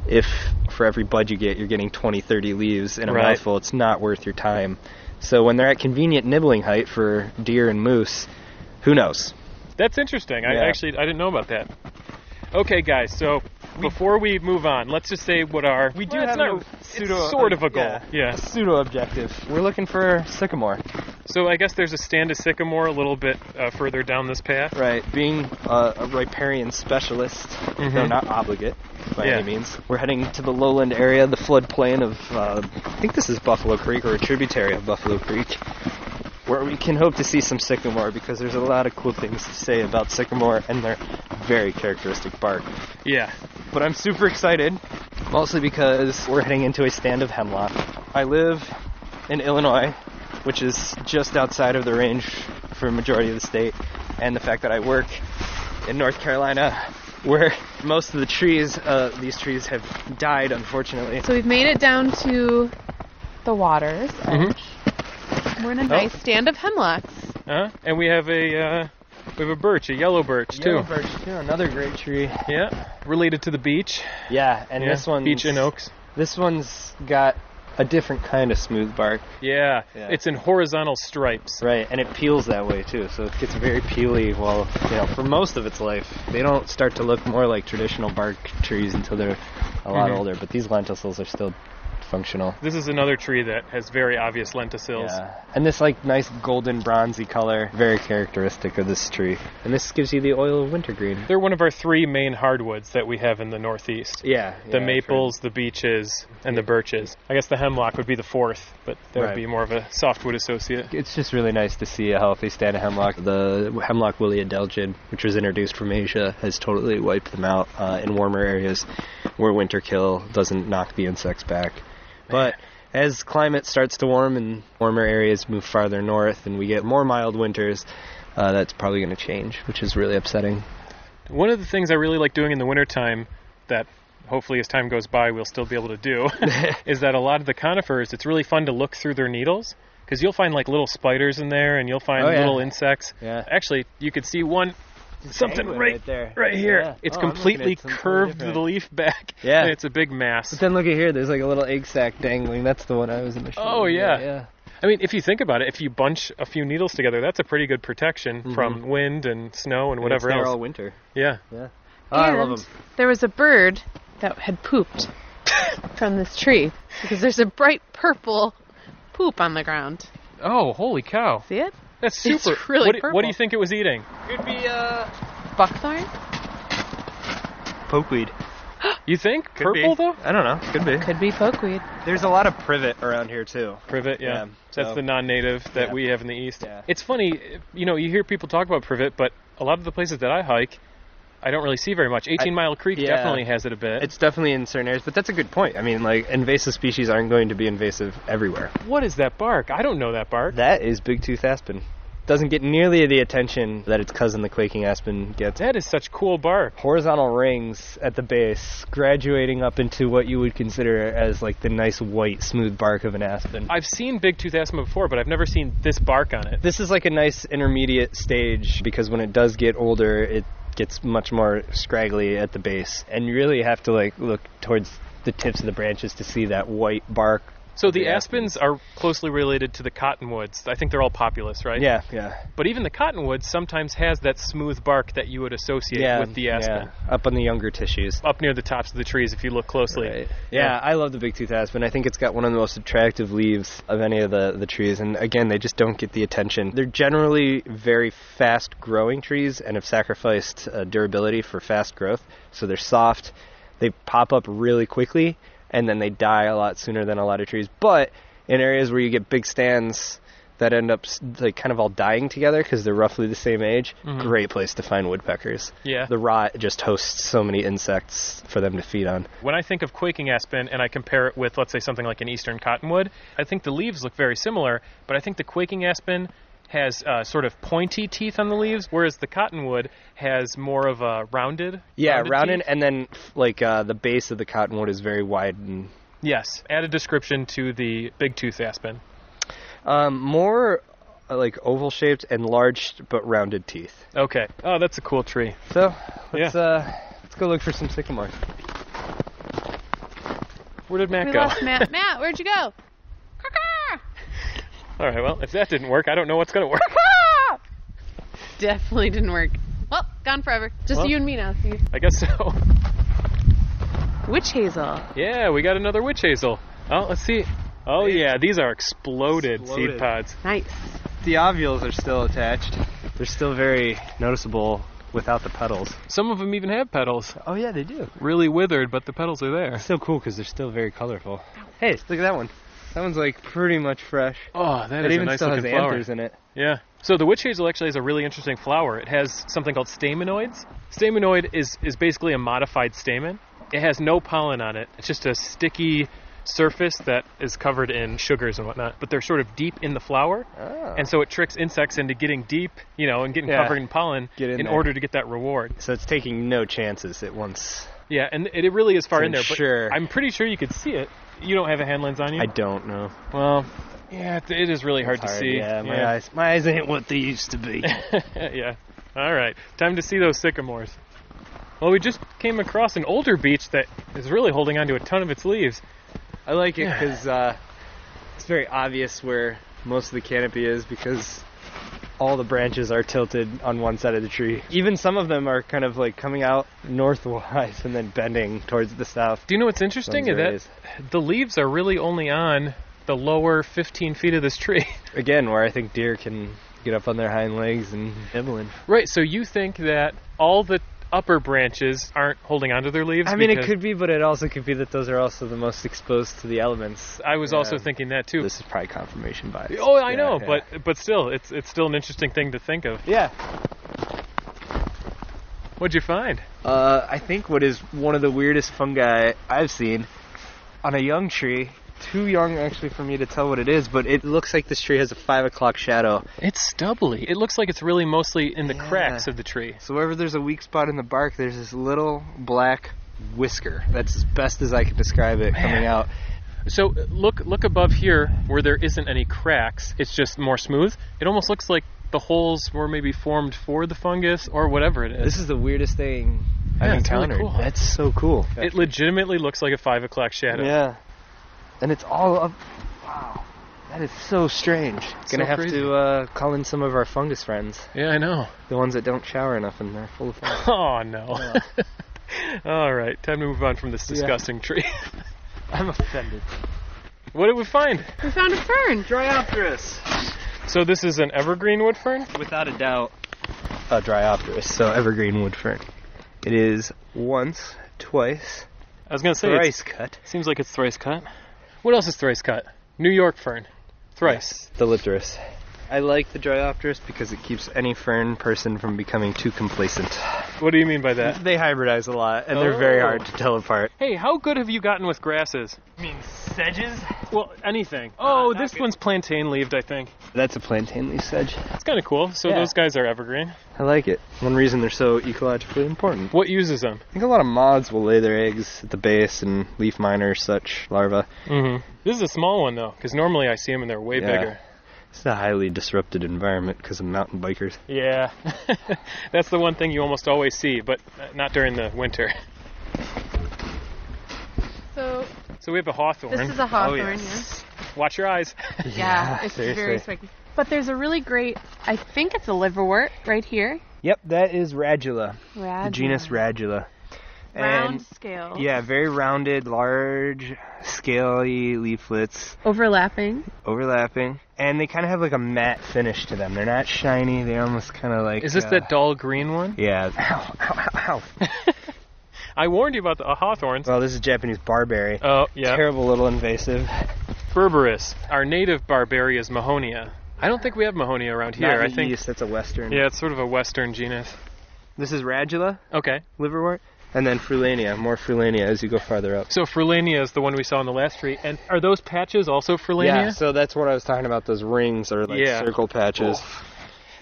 Speaker 2: if for every bud you get, you're getting 20, 30 leaves in a
Speaker 1: Right.
Speaker 2: mouthful, it's not worth your time. So when they're at convenient nibbling height for deer and moose, who knows?
Speaker 1: That's interesting. I
Speaker 2: Yeah.
Speaker 1: actually I didn't know about that. Okay, guys. So before we move on, let's just say what our we
Speaker 2: do
Speaker 1: well, it's
Speaker 2: have
Speaker 1: not-
Speaker 2: a pseudo-
Speaker 1: it's sort of a goal.
Speaker 2: yeah.
Speaker 1: Yeah.
Speaker 2: Pseudo objective. We're looking for sycamore.
Speaker 1: So I guess there's a stand of sycamore a little bit uh, further down this path.
Speaker 2: Right, being uh, a riparian specialist, though
Speaker 1: Mhm.
Speaker 2: not obligate by
Speaker 1: Yeah.
Speaker 2: any means, we're heading to the lowland area, the floodplain of, uh, I think this is Buffalo Creek or a tributary of Buffalo Creek, where we can hope to see some sycamore because there's a lot of cool things to say about sycamore and their very characteristic bark.
Speaker 1: Yeah.
Speaker 2: But I'm super excited, mostly because we're heading into a stand of hemlock. I live in Illinois, which is just outside of the range for a majority of the state, and the fact that I work in North Carolina, where most of the trees, uh, these trees have died, unfortunately.
Speaker 3: So we've made it down to the waters.
Speaker 2: Mm-hmm.
Speaker 3: We're
Speaker 2: Oh.
Speaker 3: in a nice stand of hemlocks.
Speaker 1: Huh? And we have a uh, we have a birch, a yellow birch
Speaker 2: Yellow
Speaker 1: too.
Speaker 2: birch, too, another great tree.
Speaker 1: Yeah. Related to the beach.
Speaker 2: Yeah, and
Speaker 1: yeah.
Speaker 2: this one,
Speaker 1: beach and oaks.
Speaker 2: This one's got a different kind of smooth bark.
Speaker 1: Yeah.
Speaker 2: Yeah.
Speaker 1: It's in horizontal stripes.
Speaker 2: Right, and it peels that way too, so it gets very peely. Well, you know, for most of its life, they don't start to look more like traditional bark trees until they're a lot
Speaker 1: Mhm.
Speaker 2: older. But these lenticels are still functional.
Speaker 1: This is another tree that has very obvious lenticels.
Speaker 2: Yeah, and this like nice golden bronzy color, very characteristic of this tree. And this gives you the oil of wintergreen.
Speaker 1: They're one of our three main hardwoods that we have in the Northeast.
Speaker 2: Yeah,
Speaker 1: the maples, the beeches, and the birches. I guess the hemlock would be the fourth, but that would
Speaker 2: Right.
Speaker 1: be more of a softwood associate.
Speaker 2: It's just really nice to see a healthy stand of hemlock. The hemlock Willia delgid, which was introduced from Asia, has totally wiped them out uh, in warmer areas where winter kill doesn't knock the insects back. But as climate starts to warm and warmer areas move farther north and we get more mild winters, uh, that's probably going to change, which is really upsetting.
Speaker 1: One of the things I really like doing in the wintertime that hopefully as time goes by we'll still be able to
Speaker 2: [LAUGHS]
Speaker 1: do is that a lot of the conifers, it's really fun to look through their needles because you'll find like little spiders in there and you'll find
Speaker 2: Oh, yeah.
Speaker 1: little insects.
Speaker 2: Yeah.
Speaker 1: Actually, you could see one something
Speaker 2: dangling
Speaker 1: right
Speaker 2: right there.
Speaker 1: right here.
Speaker 2: Yeah.
Speaker 1: It's
Speaker 2: Oh, I'm looking at
Speaker 1: completely
Speaker 2: something
Speaker 1: curved
Speaker 2: different.
Speaker 1: the leaf back.
Speaker 2: Yeah.
Speaker 1: and it's a big mass.
Speaker 2: But then look at here, there's like a little egg sac dangling. That's the one I was initially.
Speaker 1: Oh, yeah.
Speaker 2: yeah.
Speaker 1: I mean, if you think about it, if you bunch a few needles together, that's a pretty good protection from wind and snow and whatever
Speaker 2: Mm-hmm. it's there
Speaker 1: else.
Speaker 2: all winter.
Speaker 1: Yeah.
Speaker 2: Yeah. Oh, I love
Speaker 3: And
Speaker 2: 'em.
Speaker 3: There was a bird that had pooped [LAUGHS] from this tree because there's a bright purple poop on the ground.
Speaker 1: Oh, holy cow!
Speaker 3: See it?
Speaker 1: That's
Speaker 3: It's
Speaker 1: super.
Speaker 3: really
Speaker 1: what, do- what do
Speaker 3: purple.
Speaker 1: you think it was eating?
Speaker 2: Could be uh,
Speaker 3: Buckthorn?
Speaker 2: pokeweed.
Speaker 1: You think
Speaker 2: Could
Speaker 1: purple
Speaker 2: be.
Speaker 1: though?
Speaker 2: I don't know. Could be.
Speaker 3: Could be folkweed.
Speaker 2: There's a lot of privet around here too.
Speaker 1: Privet, yeah.
Speaker 2: Yeah,
Speaker 1: That's
Speaker 2: so-
Speaker 1: the non-native that
Speaker 2: Yeah.
Speaker 1: we have in the east.
Speaker 2: Yeah.
Speaker 1: It's funny, you know, you hear people talk about privet, but a lot of the places that I hike, I don't really see very much. 18 Mile Creek
Speaker 2: yeah.
Speaker 1: definitely has it a bit.
Speaker 2: It's definitely in certain areas, but that's a good point. I mean, like invasive species aren't going to be invasive everywhere.
Speaker 1: what is that bark? I don't know that bark.
Speaker 2: That is big tooth aspen. Doesn't get nearly the attention that its cousin, the quaking aspen, gets.
Speaker 1: that is such cool bark.
Speaker 2: Horizontal rings at the base, graduating up into what you would consider as like the nice white, smooth bark of an aspen.
Speaker 1: I've seen big tooth aspen before, but I've never seen this bark on it.
Speaker 2: This is like a nice intermediate stage because when it does get older, it gets much more scraggly at the base, and you really have to like look towards the tips of the branches to see that white bark.
Speaker 1: So the
Speaker 2: The
Speaker 1: aspens are closely related to the cottonwoods. I think they're all populous, right?
Speaker 2: Yeah, yeah,
Speaker 1: But even the cottonwood sometimes has that smooth bark that you would associate
Speaker 2: yeah.
Speaker 1: with the aspen.
Speaker 2: yeah, up on the younger tissues.
Speaker 1: Up near the tops of the trees, if you look closely.
Speaker 2: Right. Yeah, I love the big tooth aspen. I think it's got one of the most attractive leaves of any of the, the trees. And again, they just don't get the attention. They're generally very fast growing trees and have sacrificed uh, durability for fast growth. So they're soft, they pop up really quickly, and then they die a lot sooner than a lot of trees. But in areas where you get big stands, that end up s- like kind of all dying together because they're roughly the same age. Great place to find woodpeckers.
Speaker 1: Yeah.
Speaker 2: the rot just hosts so many insects for them to feed on.
Speaker 1: When I think of quaking aspen and I compare it with, let's say, something like an eastern cottonwood, I think the leaves look very similar, but I think the quaking aspen has uh, sort of pointy teeth on the leaves, whereas the cottonwood has more of a rounded.
Speaker 2: Yeah, rounded,
Speaker 1: teeth.
Speaker 2: and then f- like uh, the base of the cottonwood is very wide and
Speaker 1: Yes, add a description to the big tooth aspen.
Speaker 2: um, more uh, like oval shaped, enlarged but rounded teeth.
Speaker 1: Okay. Oh, that's a cool tree.
Speaker 2: So
Speaker 1: Yeah.
Speaker 2: let's uh, let's go look for some sycamores.
Speaker 1: Where did Matt
Speaker 3: We
Speaker 1: go?
Speaker 3: lost Matt. Matt, where'd you go?
Speaker 1: [LAUGHS] All right. Well, if that didn't work, I don't know what's gonna work.
Speaker 3: [LAUGHS] Definitely didn't work. Well, gone forever. Just
Speaker 1: Well.
Speaker 3: you and me now. Steve.
Speaker 1: I guess so. [LAUGHS]
Speaker 3: Witch hazel.
Speaker 1: Yeah, we got another witch hazel. Oh, let's see. Oh yeah, these are exploded, seed
Speaker 2: Exploded.
Speaker 1: pods.
Speaker 3: Nice.
Speaker 2: The ovules are still attached. They're still very noticeable without the petals.
Speaker 1: Some of them even have petals.
Speaker 2: Oh yeah, they do.
Speaker 1: Really withered, but the petals are there.
Speaker 2: Still cool because they're still very colorful. Hey, look at that one. That one's like pretty much fresh.
Speaker 1: Oh, that
Speaker 2: it
Speaker 1: is
Speaker 2: even
Speaker 1: a nice
Speaker 2: still has
Speaker 1: looking flower.
Speaker 2: anthers in it.
Speaker 1: Yeah. So the witch hazel actually has a really interesting flower. It has something called stamenoids. Stamenoid is is basically a modified stamen. It has no pollen on it. It's just a sticky surface that is covered in sugars and whatnot. But they're sort of deep in the flower,
Speaker 2: Oh.
Speaker 1: and so it tricks insects into getting deep, you know, and getting
Speaker 2: Yeah.
Speaker 1: covered in pollen
Speaker 2: Get in
Speaker 1: in
Speaker 2: there.
Speaker 1: order to get that reward.
Speaker 2: So it's taking no chances at once.
Speaker 1: Yeah, and it, it really is far
Speaker 2: So
Speaker 1: in there. But
Speaker 2: sure.
Speaker 1: I'm pretty sure you could see it. You don't have a hand lens on you.
Speaker 2: I don't know.
Speaker 1: well, yeah, it, it is really hard
Speaker 2: It's
Speaker 1: to see.
Speaker 2: Yeah, my eyes. My eyes ain't what they used to be.
Speaker 1: [LAUGHS] yeah. All right. Time to see those sycamores. Well, we just came across an older beech that is really holding onto a ton of its leaves.
Speaker 2: [LAUGHS] I like it because uh, it's very obvious where most of the canopy is because all the branches are tilted on one side of the tree. Even some of them are kind of like coming out northwise and then bending towards the south.
Speaker 1: Do you know what's interesting? Is
Speaker 2: Sounds
Speaker 1: that the leaves are really only on the lower 15 feet of this tree. [LAUGHS]
Speaker 2: Again, where I think deer can get up on their hind legs and nibble in.
Speaker 1: right. So you think that all the upper branches aren't holding onto their leaves?
Speaker 2: I mean, it
Speaker 1: because-
Speaker 2: could be, but it also could be that those are also the most exposed to the elements.
Speaker 1: I was also
Speaker 2: Um,
Speaker 1: thinking that too.
Speaker 2: This is probably confirmation bias.
Speaker 1: Oh, I
Speaker 2: Yeah,
Speaker 1: know,
Speaker 2: yeah.
Speaker 1: but but still, it's it's still an interesting thing to think of.
Speaker 2: yeah.
Speaker 1: What'd you find?
Speaker 2: Uh, I think what is one of the weirdest fungi I've seen on a young tree. Too young actually for me to tell what it is, but it looks like this tree has a five o'clock shadow.
Speaker 1: It's stubbly. It looks like it's really mostly in the
Speaker 2: Yeah.
Speaker 1: cracks of the tree.
Speaker 2: So wherever there's a weak spot in the bark, there's this little black whisker. That's as best as I can describe it coming out.
Speaker 1: So uh, look look above here where there isn't any cracks. It's just more smooth. It almost looks like the holes were maybe formed for the fungus or whatever it is.
Speaker 2: This is the weirdest thing
Speaker 1: Yeah,
Speaker 2: I've
Speaker 1: it's really
Speaker 2: encountered.
Speaker 1: cool.
Speaker 2: That's so cool.
Speaker 1: It legitimately looks like a five o'clock shadow.
Speaker 2: yeah, and it's all up. Wow, that is so strange.
Speaker 1: so
Speaker 2: Gonna have
Speaker 1: crazy.
Speaker 2: to uh, call in some of our fungus friends,
Speaker 1: Yeah, I know.
Speaker 2: the ones that don't shower enough and they're full of fungus.
Speaker 1: [LAUGHS] Oh no. [LAUGHS] All right, time to move on from this
Speaker 2: Yeah.
Speaker 1: disgusting tree. [LAUGHS]
Speaker 2: I'm offended.
Speaker 1: what did we find?
Speaker 3: We found a fern.
Speaker 2: Dryopterus.
Speaker 1: So this is an evergreen wood fern.
Speaker 2: Without a doubt. A Dryopterus, so evergreen wood fern. It is once, twice,
Speaker 1: I was gonna say it's-
Speaker 2: thrice cut.
Speaker 1: Seems like it's thrice cut. What else is thrice cut? New York fern. Thrice.
Speaker 2: The Lipterus. I like the Dryopterus because it keeps any fern person from becoming too complacent.
Speaker 1: What do you mean by that?
Speaker 2: They hybridize a lot, and they're very
Speaker 1: Oh.
Speaker 2: hard to tell apart.
Speaker 1: [LAUGHS] Hey, how good have you gotten with grasses?
Speaker 2: I mean, sedges? Uh,
Speaker 1: Well, anything. Oh,
Speaker 2: not
Speaker 1: this
Speaker 2: good.
Speaker 1: one's plantain leaved, I think.
Speaker 2: That's a plantain leaf sedge.
Speaker 1: That's kind of cool. So
Speaker 2: Yeah.
Speaker 1: those guys are evergreen.
Speaker 2: I like it. One reason they're so ecologically important.
Speaker 1: What uses them?
Speaker 2: I think a lot of moths will lay their eggs at the base, and leaf miner such larvae.
Speaker 1: Mm-hmm. This is a small one though, because normally I see them and they're way
Speaker 2: Yeah.
Speaker 1: bigger.
Speaker 2: It's a highly disrupted environment because of mountain bikers.
Speaker 1: Yeah. [LAUGHS] That's the one thing you almost always see, but uh, not during the winter.
Speaker 3: So
Speaker 1: So we have a hawthorn.
Speaker 3: this is a hawthorn. yeah.
Speaker 1: Watch your eyes. [LAUGHS]
Speaker 3: Yeah, it's very spiky. But there's a really great, I think it's a liverwort right here.
Speaker 2: Yep, that is radula,
Speaker 3: Radula.
Speaker 2: the genus radula.
Speaker 3: Round
Speaker 2: And
Speaker 3: scale.
Speaker 2: yeah, very rounded, large, scaly leaflets
Speaker 3: Overlapping.
Speaker 2: overlapping, and they kind of have like a matte finish to them. They're not shiny. They're almost kind of like.
Speaker 1: Is this
Speaker 2: uh,
Speaker 1: that dull green one?
Speaker 2: Yeah. [LAUGHS] Ow, ow, ow,
Speaker 1: [LAUGHS]
Speaker 2: ow.
Speaker 1: I warned you about the uh, hawthorns.
Speaker 2: Well, this is Japanese barberry.
Speaker 1: Oh, yeah.
Speaker 2: Terrible little invasive.
Speaker 1: Berberis. Our native barbaria is Mahonia. I don't think we have Mahonia around here.
Speaker 2: Not
Speaker 1: I
Speaker 2: the
Speaker 1: think
Speaker 2: yeast, that's a western.
Speaker 1: yeah, it's sort of a western genus.
Speaker 2: This is radula
Speaker 1: Okay.
Speaker 2: liverwort. And then Frulania, more Frulania as you go farther up.
Speaker 1: So Frulania is the one we saw in the last tree, and are those patches also Frulania?
Speaker 2: Yeah, so that's what I was talking about. Those rings or like
Speaker 1: Yeah.
Speaker 2: circle patches.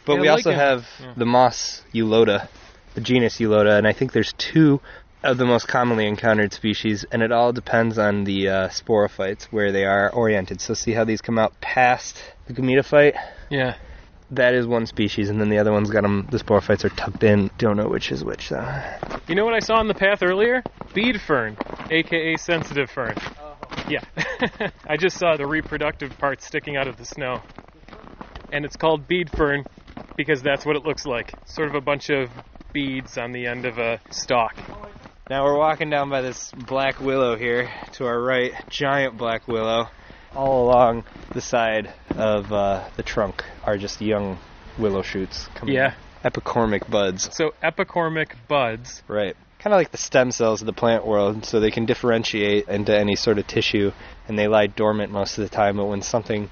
Speaker 2: But
Speaker 1: Yeah,
Speaker 2: we
Speaker 1: I
Speaker 2: also
Speaker 1: like it.
Speaker 2: have
Speaker 1: Yeah.
Speaker 2: the moss Eulota, the genus Eulota, and I think there's two of the most commonly encountered species, and it all depends on the uh, sporophytes where they are oriented. So see how these come out past the gametophyte.
Speaker 1: Yeah.
Speaker 2: That is one species, and then the other one's got them. The sporophytes are tucked in. Don't know which is which though.
Speaker 1: You know what I saw on the path earlier? Bead fern, aka sensitive fern. Yeah. [LAUGHS] I just saw the reproductive part sticking out of the snow. And it's called bead fern because that's what it looks like. Sort of a bunch of beads on the end of a stalk.
Speaker 2: Now we're walking down by this black willow here to our right, giant black willow. All along the side of uh, the trunk are just young willow shoots. Coming
Speaker 1: Yeah.
Speaker 2: Epicormic buds.
Speaker 1: So epicormic buds.
Speaker 2: Right. Kind of like the stem cells of the plant world, so they can differentiate into any sort of tissue, and they lie dormant most of the time, but when something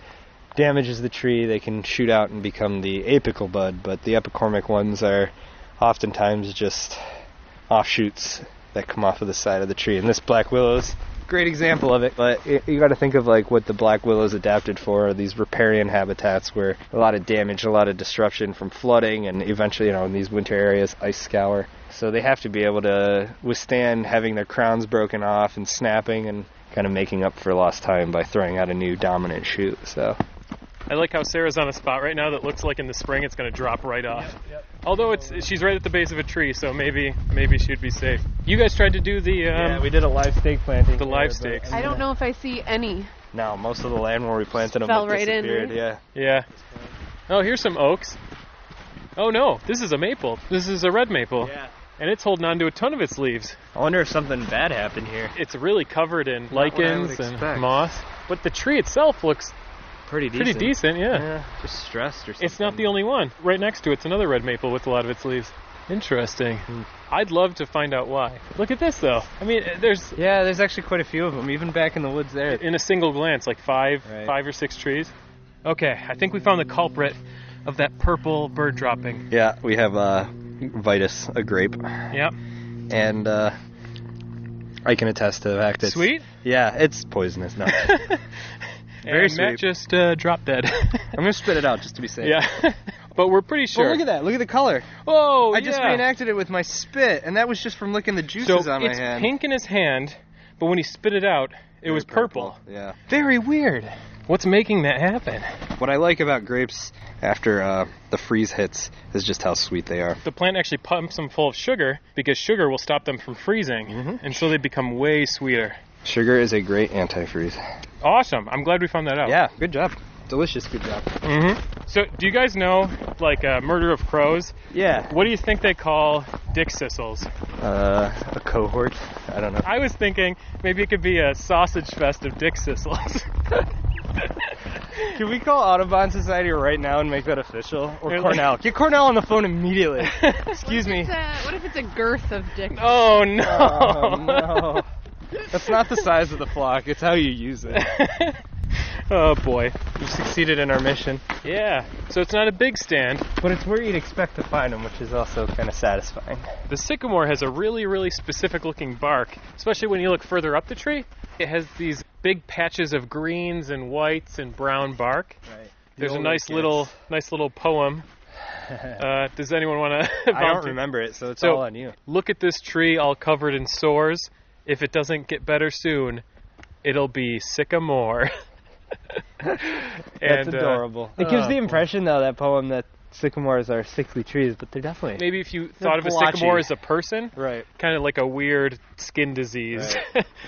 Speaker 2: damages the tree, they can shoot out and become the apical bud, but the epicormic ones are oftentimes just offshoots that come off of the side of the tree. And this black willow's a great example of it, but y- you got to think of like what the black willow's adapted for are these riparian habitats where a lot of damage, a lot of disruption from flooding, and eventually, you know, in these winter areas, ice scour. So they have to be able to withstand having their crowns broken off and snapping and kind of making up for lost time by throwing out a new dominant shoot. So
Speaker 1: I like how Sarah's on a spot right now that looks like in the spring it's going to drop right off. Although it's she's right at the base of a tree, so maybe maybe she'd be safe. You guys tried to do the um,
Speaker 2: did a live stake planting.
Speaker 1: The here, live but- stakes.
Speaker 3: I don't know if I see any.
Speaker 2: No, most of the land where we planted them
Speaker 3: Fell
Speaker 2: had
Speaker 3: right in,
Speaker 2: disappeared,
Speaker 3: right?
Speaker 2: Yeah.
Speaker 1: Yeah. Oh, here's some oaks. Oh no, this is a maple. This is a red maple. And it's holding on to a ton of its leaves.
Speaker 2: I wonder if something bad happened here.
Speaker 1: It's really covered in
Speaker 2: what I would
Speaker 1: lichens and
Speaker 2: expect.
Speaker 1: moss. But the tree itself looks
Speaker 2: Pretty decent.
Speaker 1: pretty decent, yeah.
Speaker 2: Just stressed or something.
Speaker 1: It's not the only one. Right next to it's another red maple with a lot of its leaves. Interesting.
Speaker 2: Hmm.
Speaker 1: I'd love to find out why. Look at this though. I mean, uh, there's
Speaker 2: Yeah, there's actually quite a few of them, even back in the woods there.
Speaker 1: in a single glance like five
Speaker 2: Right.
Speaker 1: five or six trees. Okay, I think we found the culprit of that purple bird dropping.
Speaker 2: Yeah, we have uh, vitis, a grape,
Speaker 1: Yep.
Speaker 2: and uh, I can attest to the fact that.
Speaker 1: Sweet.
Speaker 2: Yeah, it's poisonous. [LAUGHS] No, I'm Very
Speaker 1: and Matt
Speaker 2: sweet.
Speaker 1: just uh, dropped
Speaker 2: [LAUGHS]
Speaker 1: dead.
Speaker 2: gonna spit it out just to be
Speaker 1: [LAUGHS]
Speaker 2: safe.
Speaker 1: yeah. but we're pretty
Speaker 2: Well,
Speaker 1: sure.
Speaker 2: look at that! Look at the color.
Speaker 1: Whoa,
Speaker 2: I just
Speaker 1: yeah.
Speaker 2: reenacted it with my spit, and that was just from licking the
Speaker 1: So
Speaker 2: juices on my
Speaker 1: it's
Speaker 2: hand.
Speaker 1: pink in his hand, but when he spit it out, it was purple.
Speaker 2: Yeah.
Speaker 1: Very weird. What's making that happen?
Speaker 2: What I like about grapes after uh, the freeze hits is just how sweet they are.
Speaker 1: The plant actually pumps them full of sugar because sugar will stop them from freezing,
Speaker 2: Mm-hmm.
Speaker 1: and so they become way sweeter.
Speaker 2: Sugar is a great antifreeze.
Speaker 1: Awesome. I'm glad we found that out.
Speaker 2: Yeah, good job. Delicious, good job.
Speaker 1: hmm So, do you guys know, like, uh, Murder of Crows?
Speaker 2: Yeah.
Speaker 1: What do you think they call dick sissels?
Speaker 2: Uh, a cohort. I don't know.
Speaker 1: I was thinking maybe it could be a sausage fest of dick [LAUGHS] sissels.
Speaker 2: Can we call Audubon Society right now and make that official? Or
Speaker 1: They're like-
Speaker 2: Cornell? Get Cornell on the
Speaker 1: [LAUGHS]
Speaker 2: phone immediately. Excuse me.
Speaker 3: It's a- what if it's a girth of dick?
Speaker 1: oh no!
Speaker 2: Oh, no. That's not the size of the flock. It's how you use
Speaker 1: [LAUGHS]
Speaker 2: it.
Speaker 1: [LAUGHS] oh boy.
Speaker 2: We've succeeded in our mission,
Speaker 1: Yeah. So it's not a big stand.
Speaker 2: but it's where you'd expect to find them, which is also kind of satisfying.
Speaker 1: The sycamore has a really, really specific looking bark, especially when you look further up the tree. It has these big patches of greens and whites and brown bark.
Speaker 2: Right.
Speaker 1: There's a nice little, nice little
Speaker 2: [LAUGHS]
Speaker 1: poem. Uh, does anyone want to?
Speaker 2: I don't remember it, so it's
Speaker 1: So-
Speaker 2: all on you.
Speaker 1: Look at this tree all covered in sores. If it doesn't get better soon, it'll be sycamore. [LAUGHS]
Speaker 2: That's
Speaker 1: And, uh,
Speaker 2: adorable. it gives
Speaker 1: Oh,
Speaker 2: the
Speaker 1: boy.
Speaker 2: impression, though, that poem that sycamores are sickly trees, but they're definitely
Speaker 1: maybe if you thought of a
Speaker 2: blotchy.
Speaker 1: sycamore as a person,
Speaker 2: right.
Speaker 1: kind of like a weird skin disease.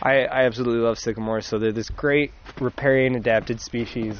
Speaker 2: I, I absolutely love sycamores. So they're this great riparian adapted species,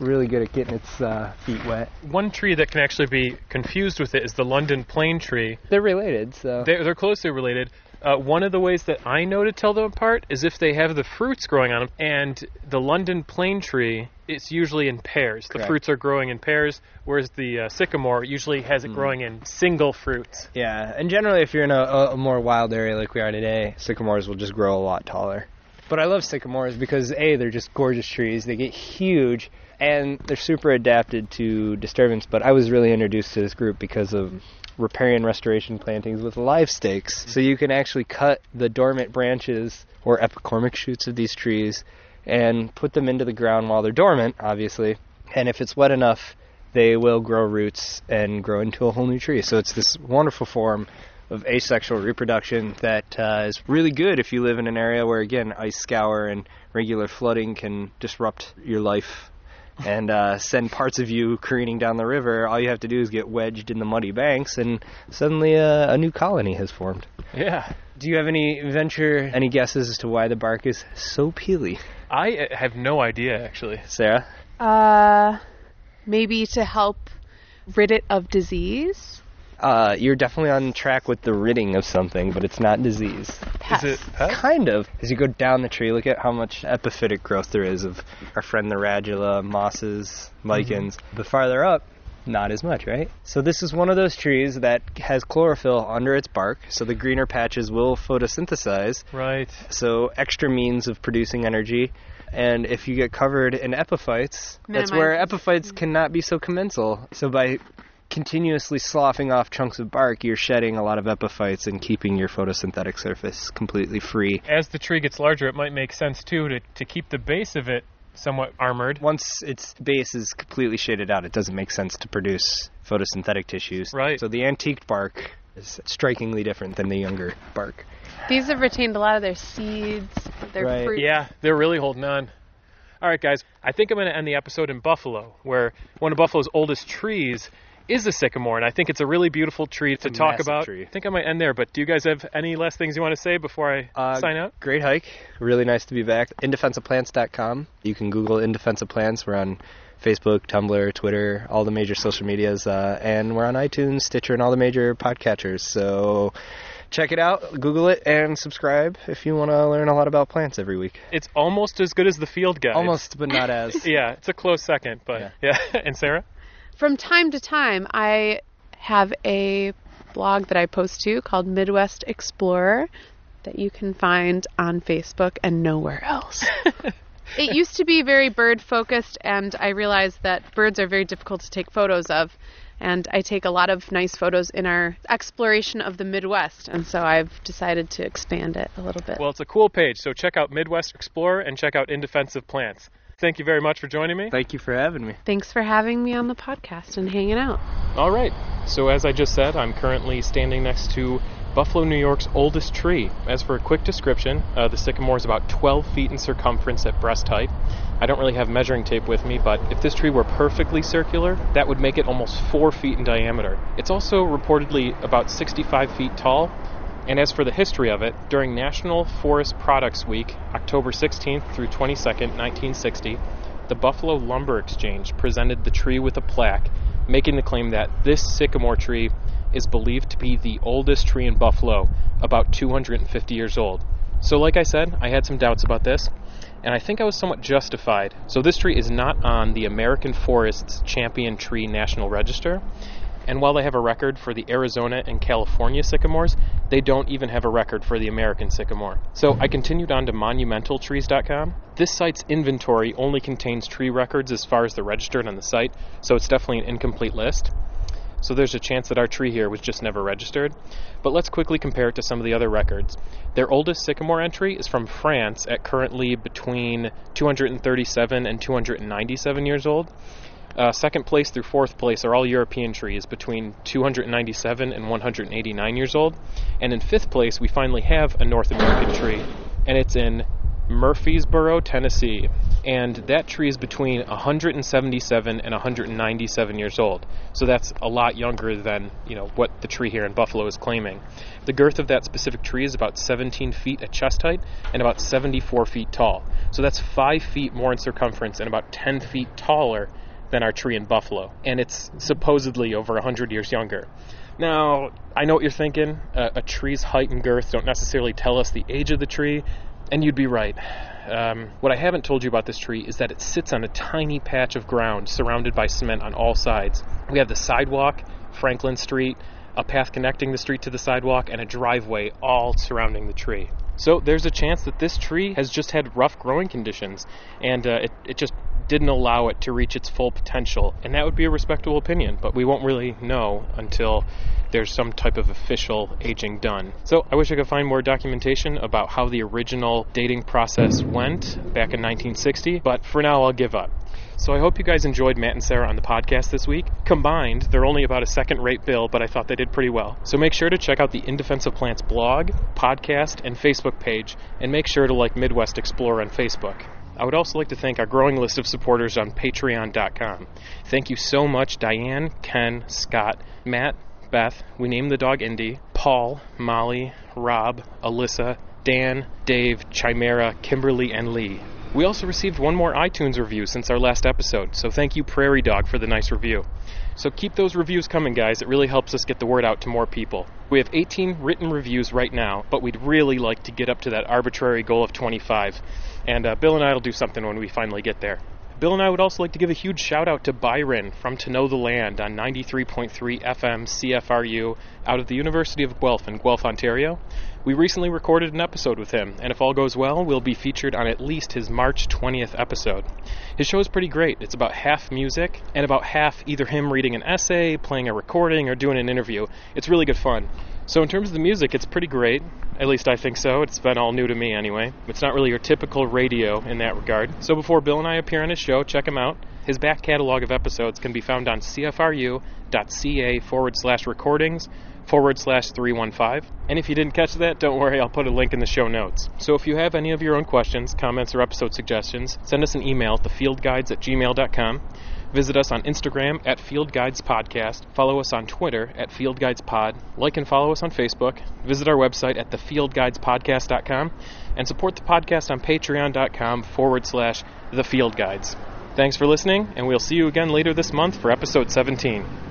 Speaker 2: really good at getting its uh, feet wet.
Speaker 1: [LAUGHS] One tree that can actually be confused with it is the London plane tree.
Speaker 2: They're related, so
Speaker 1: They're, they're closely related. Uh, one of the ways that I know to tell them apart is if they have the fruits growing on them. And the London plane tree, it's usually in pairs. The
Speaker 2: Correct.
Speaker 1: fruits are growing in pairs, whereas the uh, sycamore usually has it growing in single fruits.
Speaker 2: yeah. And generally, if you're in a, a more wild area like we are today, sycamores will just grow a lot taller. But I love sycamores because a they're just gorgeous trees. They get huge and they're super adapted to disturbance. But I was really introduced to this group because of riparian restoration plantings with live stakes. So you can actually cut the dormant branches or epicormic shoots of these trees and put them into the ground while they're dormant, obviously. And if it's wet enough, they will grow roots and grow into a whole new tree. So it's this wonderful form of asexual reproduction that uh, is really good if you live in an area where, again, ice scour and regular flooding can disrupt your life and uh, send parts of you careening down the river. All you have to do is get wedged in the muddy banks, and suddenly uh, a new colony has formed.
Speaker 1: Yeah.
Speaker 2: Do you have any venture, any guesses as to why the bark is so peely,
Speaker 1: I uh, have no idea, actually.
Speaker 2: Sarah?
Speaker 3: Uh, maybe to help rid it of disease.
Speaker 2: Uh, you're definitely on track with the ridding of something, but it's not disease.
Speaker 3: Pests.
Speaker 1: Is it pest?
Speaker 2: Kind of. As you go down the tree, look at how much epiphytic growth there is of our friend the radula, mosses, lichens. But farther up, not as much, right? So this is one of those trees that has chlorophyll under its bark, so the greener patches will photosynthesize,
Speaker 1: Right.
Speaker 2: so extra means of producing energy. And if you get covered in epiphytes, that's where
Speaker 3: Minimize.
Speaker 2: epiphytes cannot be so commensal. So by continuously sloughing off chunks of bark, you're shedding a lot of epiphytes and keeping your photosynthetic surface completely free.
Speaker 1: As the tree gets larger, it might make sense, too, to, to keep the base of it somewhat armored.
Speaker 2: Once its base is completely shaded out, it doesn't make sense to produce photosynthetic tissues.
Speaker 1: Right.
Speaker 2: So the antiqued bark is strikingly different than the younger bark.
Speaker 3: These have retained a lot of their seeds, their
Speaker 2: Right.
Speaker 3: fruit.
Speaker 1: Yeah, they're really holding on. All right, guys, I think I'm going to end the episode in Buffalo, where one of Buffalo's oldest trees is the sycamore, and I think it's a really beautiful tree to
Speaker 2: a
Speaker 1: talk
Speaker 2: massive
Speaker 1: about.
Speaker 2: tree.
Speaker 1: I think I might end there, but do you guys have any last things you want to say before I
Speaker 2: Uh,
Speaker 1: sign out?
Speaker 2: Great hike. Really nice to be back. Indefensiveplants.com. You can Google Indefensive Plants. We're on Facebook, Tumblr, Twitter, all the major social medias, uh, and we're on iTunes, Stitcher, and all the major podcatchers. So check it out, Google it, and subscribe if you want to learn a lot about plants every week.
Speaker 1: It's almost as good as the field guide.
Speaker 2: Almost, but not
Speaker 1: [LAUGHS]
Speaker 2: as.
Speaker 1: Yeah, it's a close second, but [LAUGHS] yeah. and Sarah?
Speaker 3: From time to time, I have a blog that I post to called Midwest Explorer that you can find on Facebook and nowhere else. it used to be very bird focused, and I realized that birds are very difficult to take photos of. And I take a lot of nice photos in our exploration of the Midwest, and so I've decided to expand it a little bit.
Speaker 1: Well, it's a cool page, so check out Midwest Explorer and check out Indefensive Plants. Thank you very much for joining me.
Speaker 2: Thank you for having me.
Speaker 3: Thanks for having me on the podcast and hanging out.
Speaker 1: All right. So as I just said, I'm currently standing next to Buffalo, New York's oldest tree. As for a quick description, uh, the sycamore is about 12 feet in circumference at breast height. I don't really have measuring tape with me, but if this tree were perfectly circular, that would make it almost 4 feet in diameter. It's also reportedly about 65 feet tall, and as for the history of it, during National Forest Products Week, October 16th through 22nd, 1960, the Buffalo Lumber Exchange presented the tree with a plaque, making the claim that this sycamore tree is believed to be the oldest tree in Buffalo, about 250 years old. So, like I said, I had some doubts about this, and I think I was somewhat justified. So, this tree is not on the American Forests Champion Tree National Register, and while they have a record for the Arizona and California sycamores, they don't even have a record for the American sycamore. So I continued on to monumentaltrees.com. This site's inventory only contains tree records as far as the registered on the site, so it's definitely an incomplete list. So there's a chance that our tree here was just never registered. But let's quickly compare it to some of the other records. Their oldest sycamore entry is from France at currently between 237 and 297 years old. Uh, second place through fourth place are all European trees between 297 and 189 years old. And in fifth place, we finally have a North American tree, and it's in Murfreesboro, Tennessee. And that tree is between 177 and 197 years old. So that's a lot younger than, you know, what the tree here in Buffalo is claiming. The girth of that specific tree is about 17 feet at chest height and about 74 feet tall. So that's 5 feet more in circumference and about 10 feet taller than our tree in Buffalo, and it's supposedly over 100 years younger. Now, I know what you're thinking. Uh, a tree's height and girth don't necessarily tell us the age of the tree, and you'd be right. Um, what I haven't told you about this tree is that it sits on a tiny patch of ground surrounded by cement on all sides. We have the sidewalk, Franklin Street, a path connecting the street to the sidewalk, and a driveway all surrounding the tree. So there's a chance that this tree has just had rough growing conditions and uh, it, it just didn't allow it to reach its full potential. And that would be a respectable opinion, but we won't really know until there's some type of official aging done. So I wish I could find more documentation about how the original dating process went back in 1960, but for now I'll give up. So I hope you guys enjoyed Matt and Sarah on the podcast this week. Combined, they're only about a second rate bill, but I thought they did pretty well. So make sure to check out the In Defense of Plants blog, podcast, and Facebook page, and make sure to like Midwest Explorer on Facebook. I would also like to thank our growing list of supporters on patreon.com. Thank you so much, Diane, Ken, Scott, Matt, Beth, we named the dog Indy, Paul, Molly, Rob, Alyssa, Dan, Dave, Chimera, Kimberly, and Lee. We also received one more iTunes review since our last episode, so thank you, Prairie Dog, for the nice review. So keep those reviews coming, guys. It really helps us get the word out to more people. We have 18 written reviews right now, but we'd really like to get up to that arbitrary goal of 25. And uh, Bill and I will do something when we finally get there. Bill and I would also like to give a huge shout out to Byron from To Know the Land on 93.3 FM CFRU out of the University of Guelph in Guelph, Ontario. We recently recorded an episode with him, and if all goes well, we'll be featured on at least his March 20th episode. His show is pretty great. It's about half music and about half either him reading an essay, playing a recording, or doing an interview. It's really good fun. So, in terms of the music, it's pretty great. At least I think so. It's been all new to me anyway. It's not really your typical radio in that regard. So, before Bill and I appear on his show, check him out. His back catalog of episodes can be found on cfru.ca forward slash recordings forward slash 315. And if you didn't catch that, don't worry, I'll put a link in the show notes. So if you have any of your own questions, comments, or episode suggestions, send us an email at thefieldguides at gmail.com. Visit us on Instagram at Field Guides Podcast. Follow us on Twitter at Field Guides Pod. Like and follow us on Facebook. Visit our website at thefieldguidespodcast.com and support the podcast on patreon.com forward slash the field guides. Thanks for listening, and we'll see you again later this month for episode 17.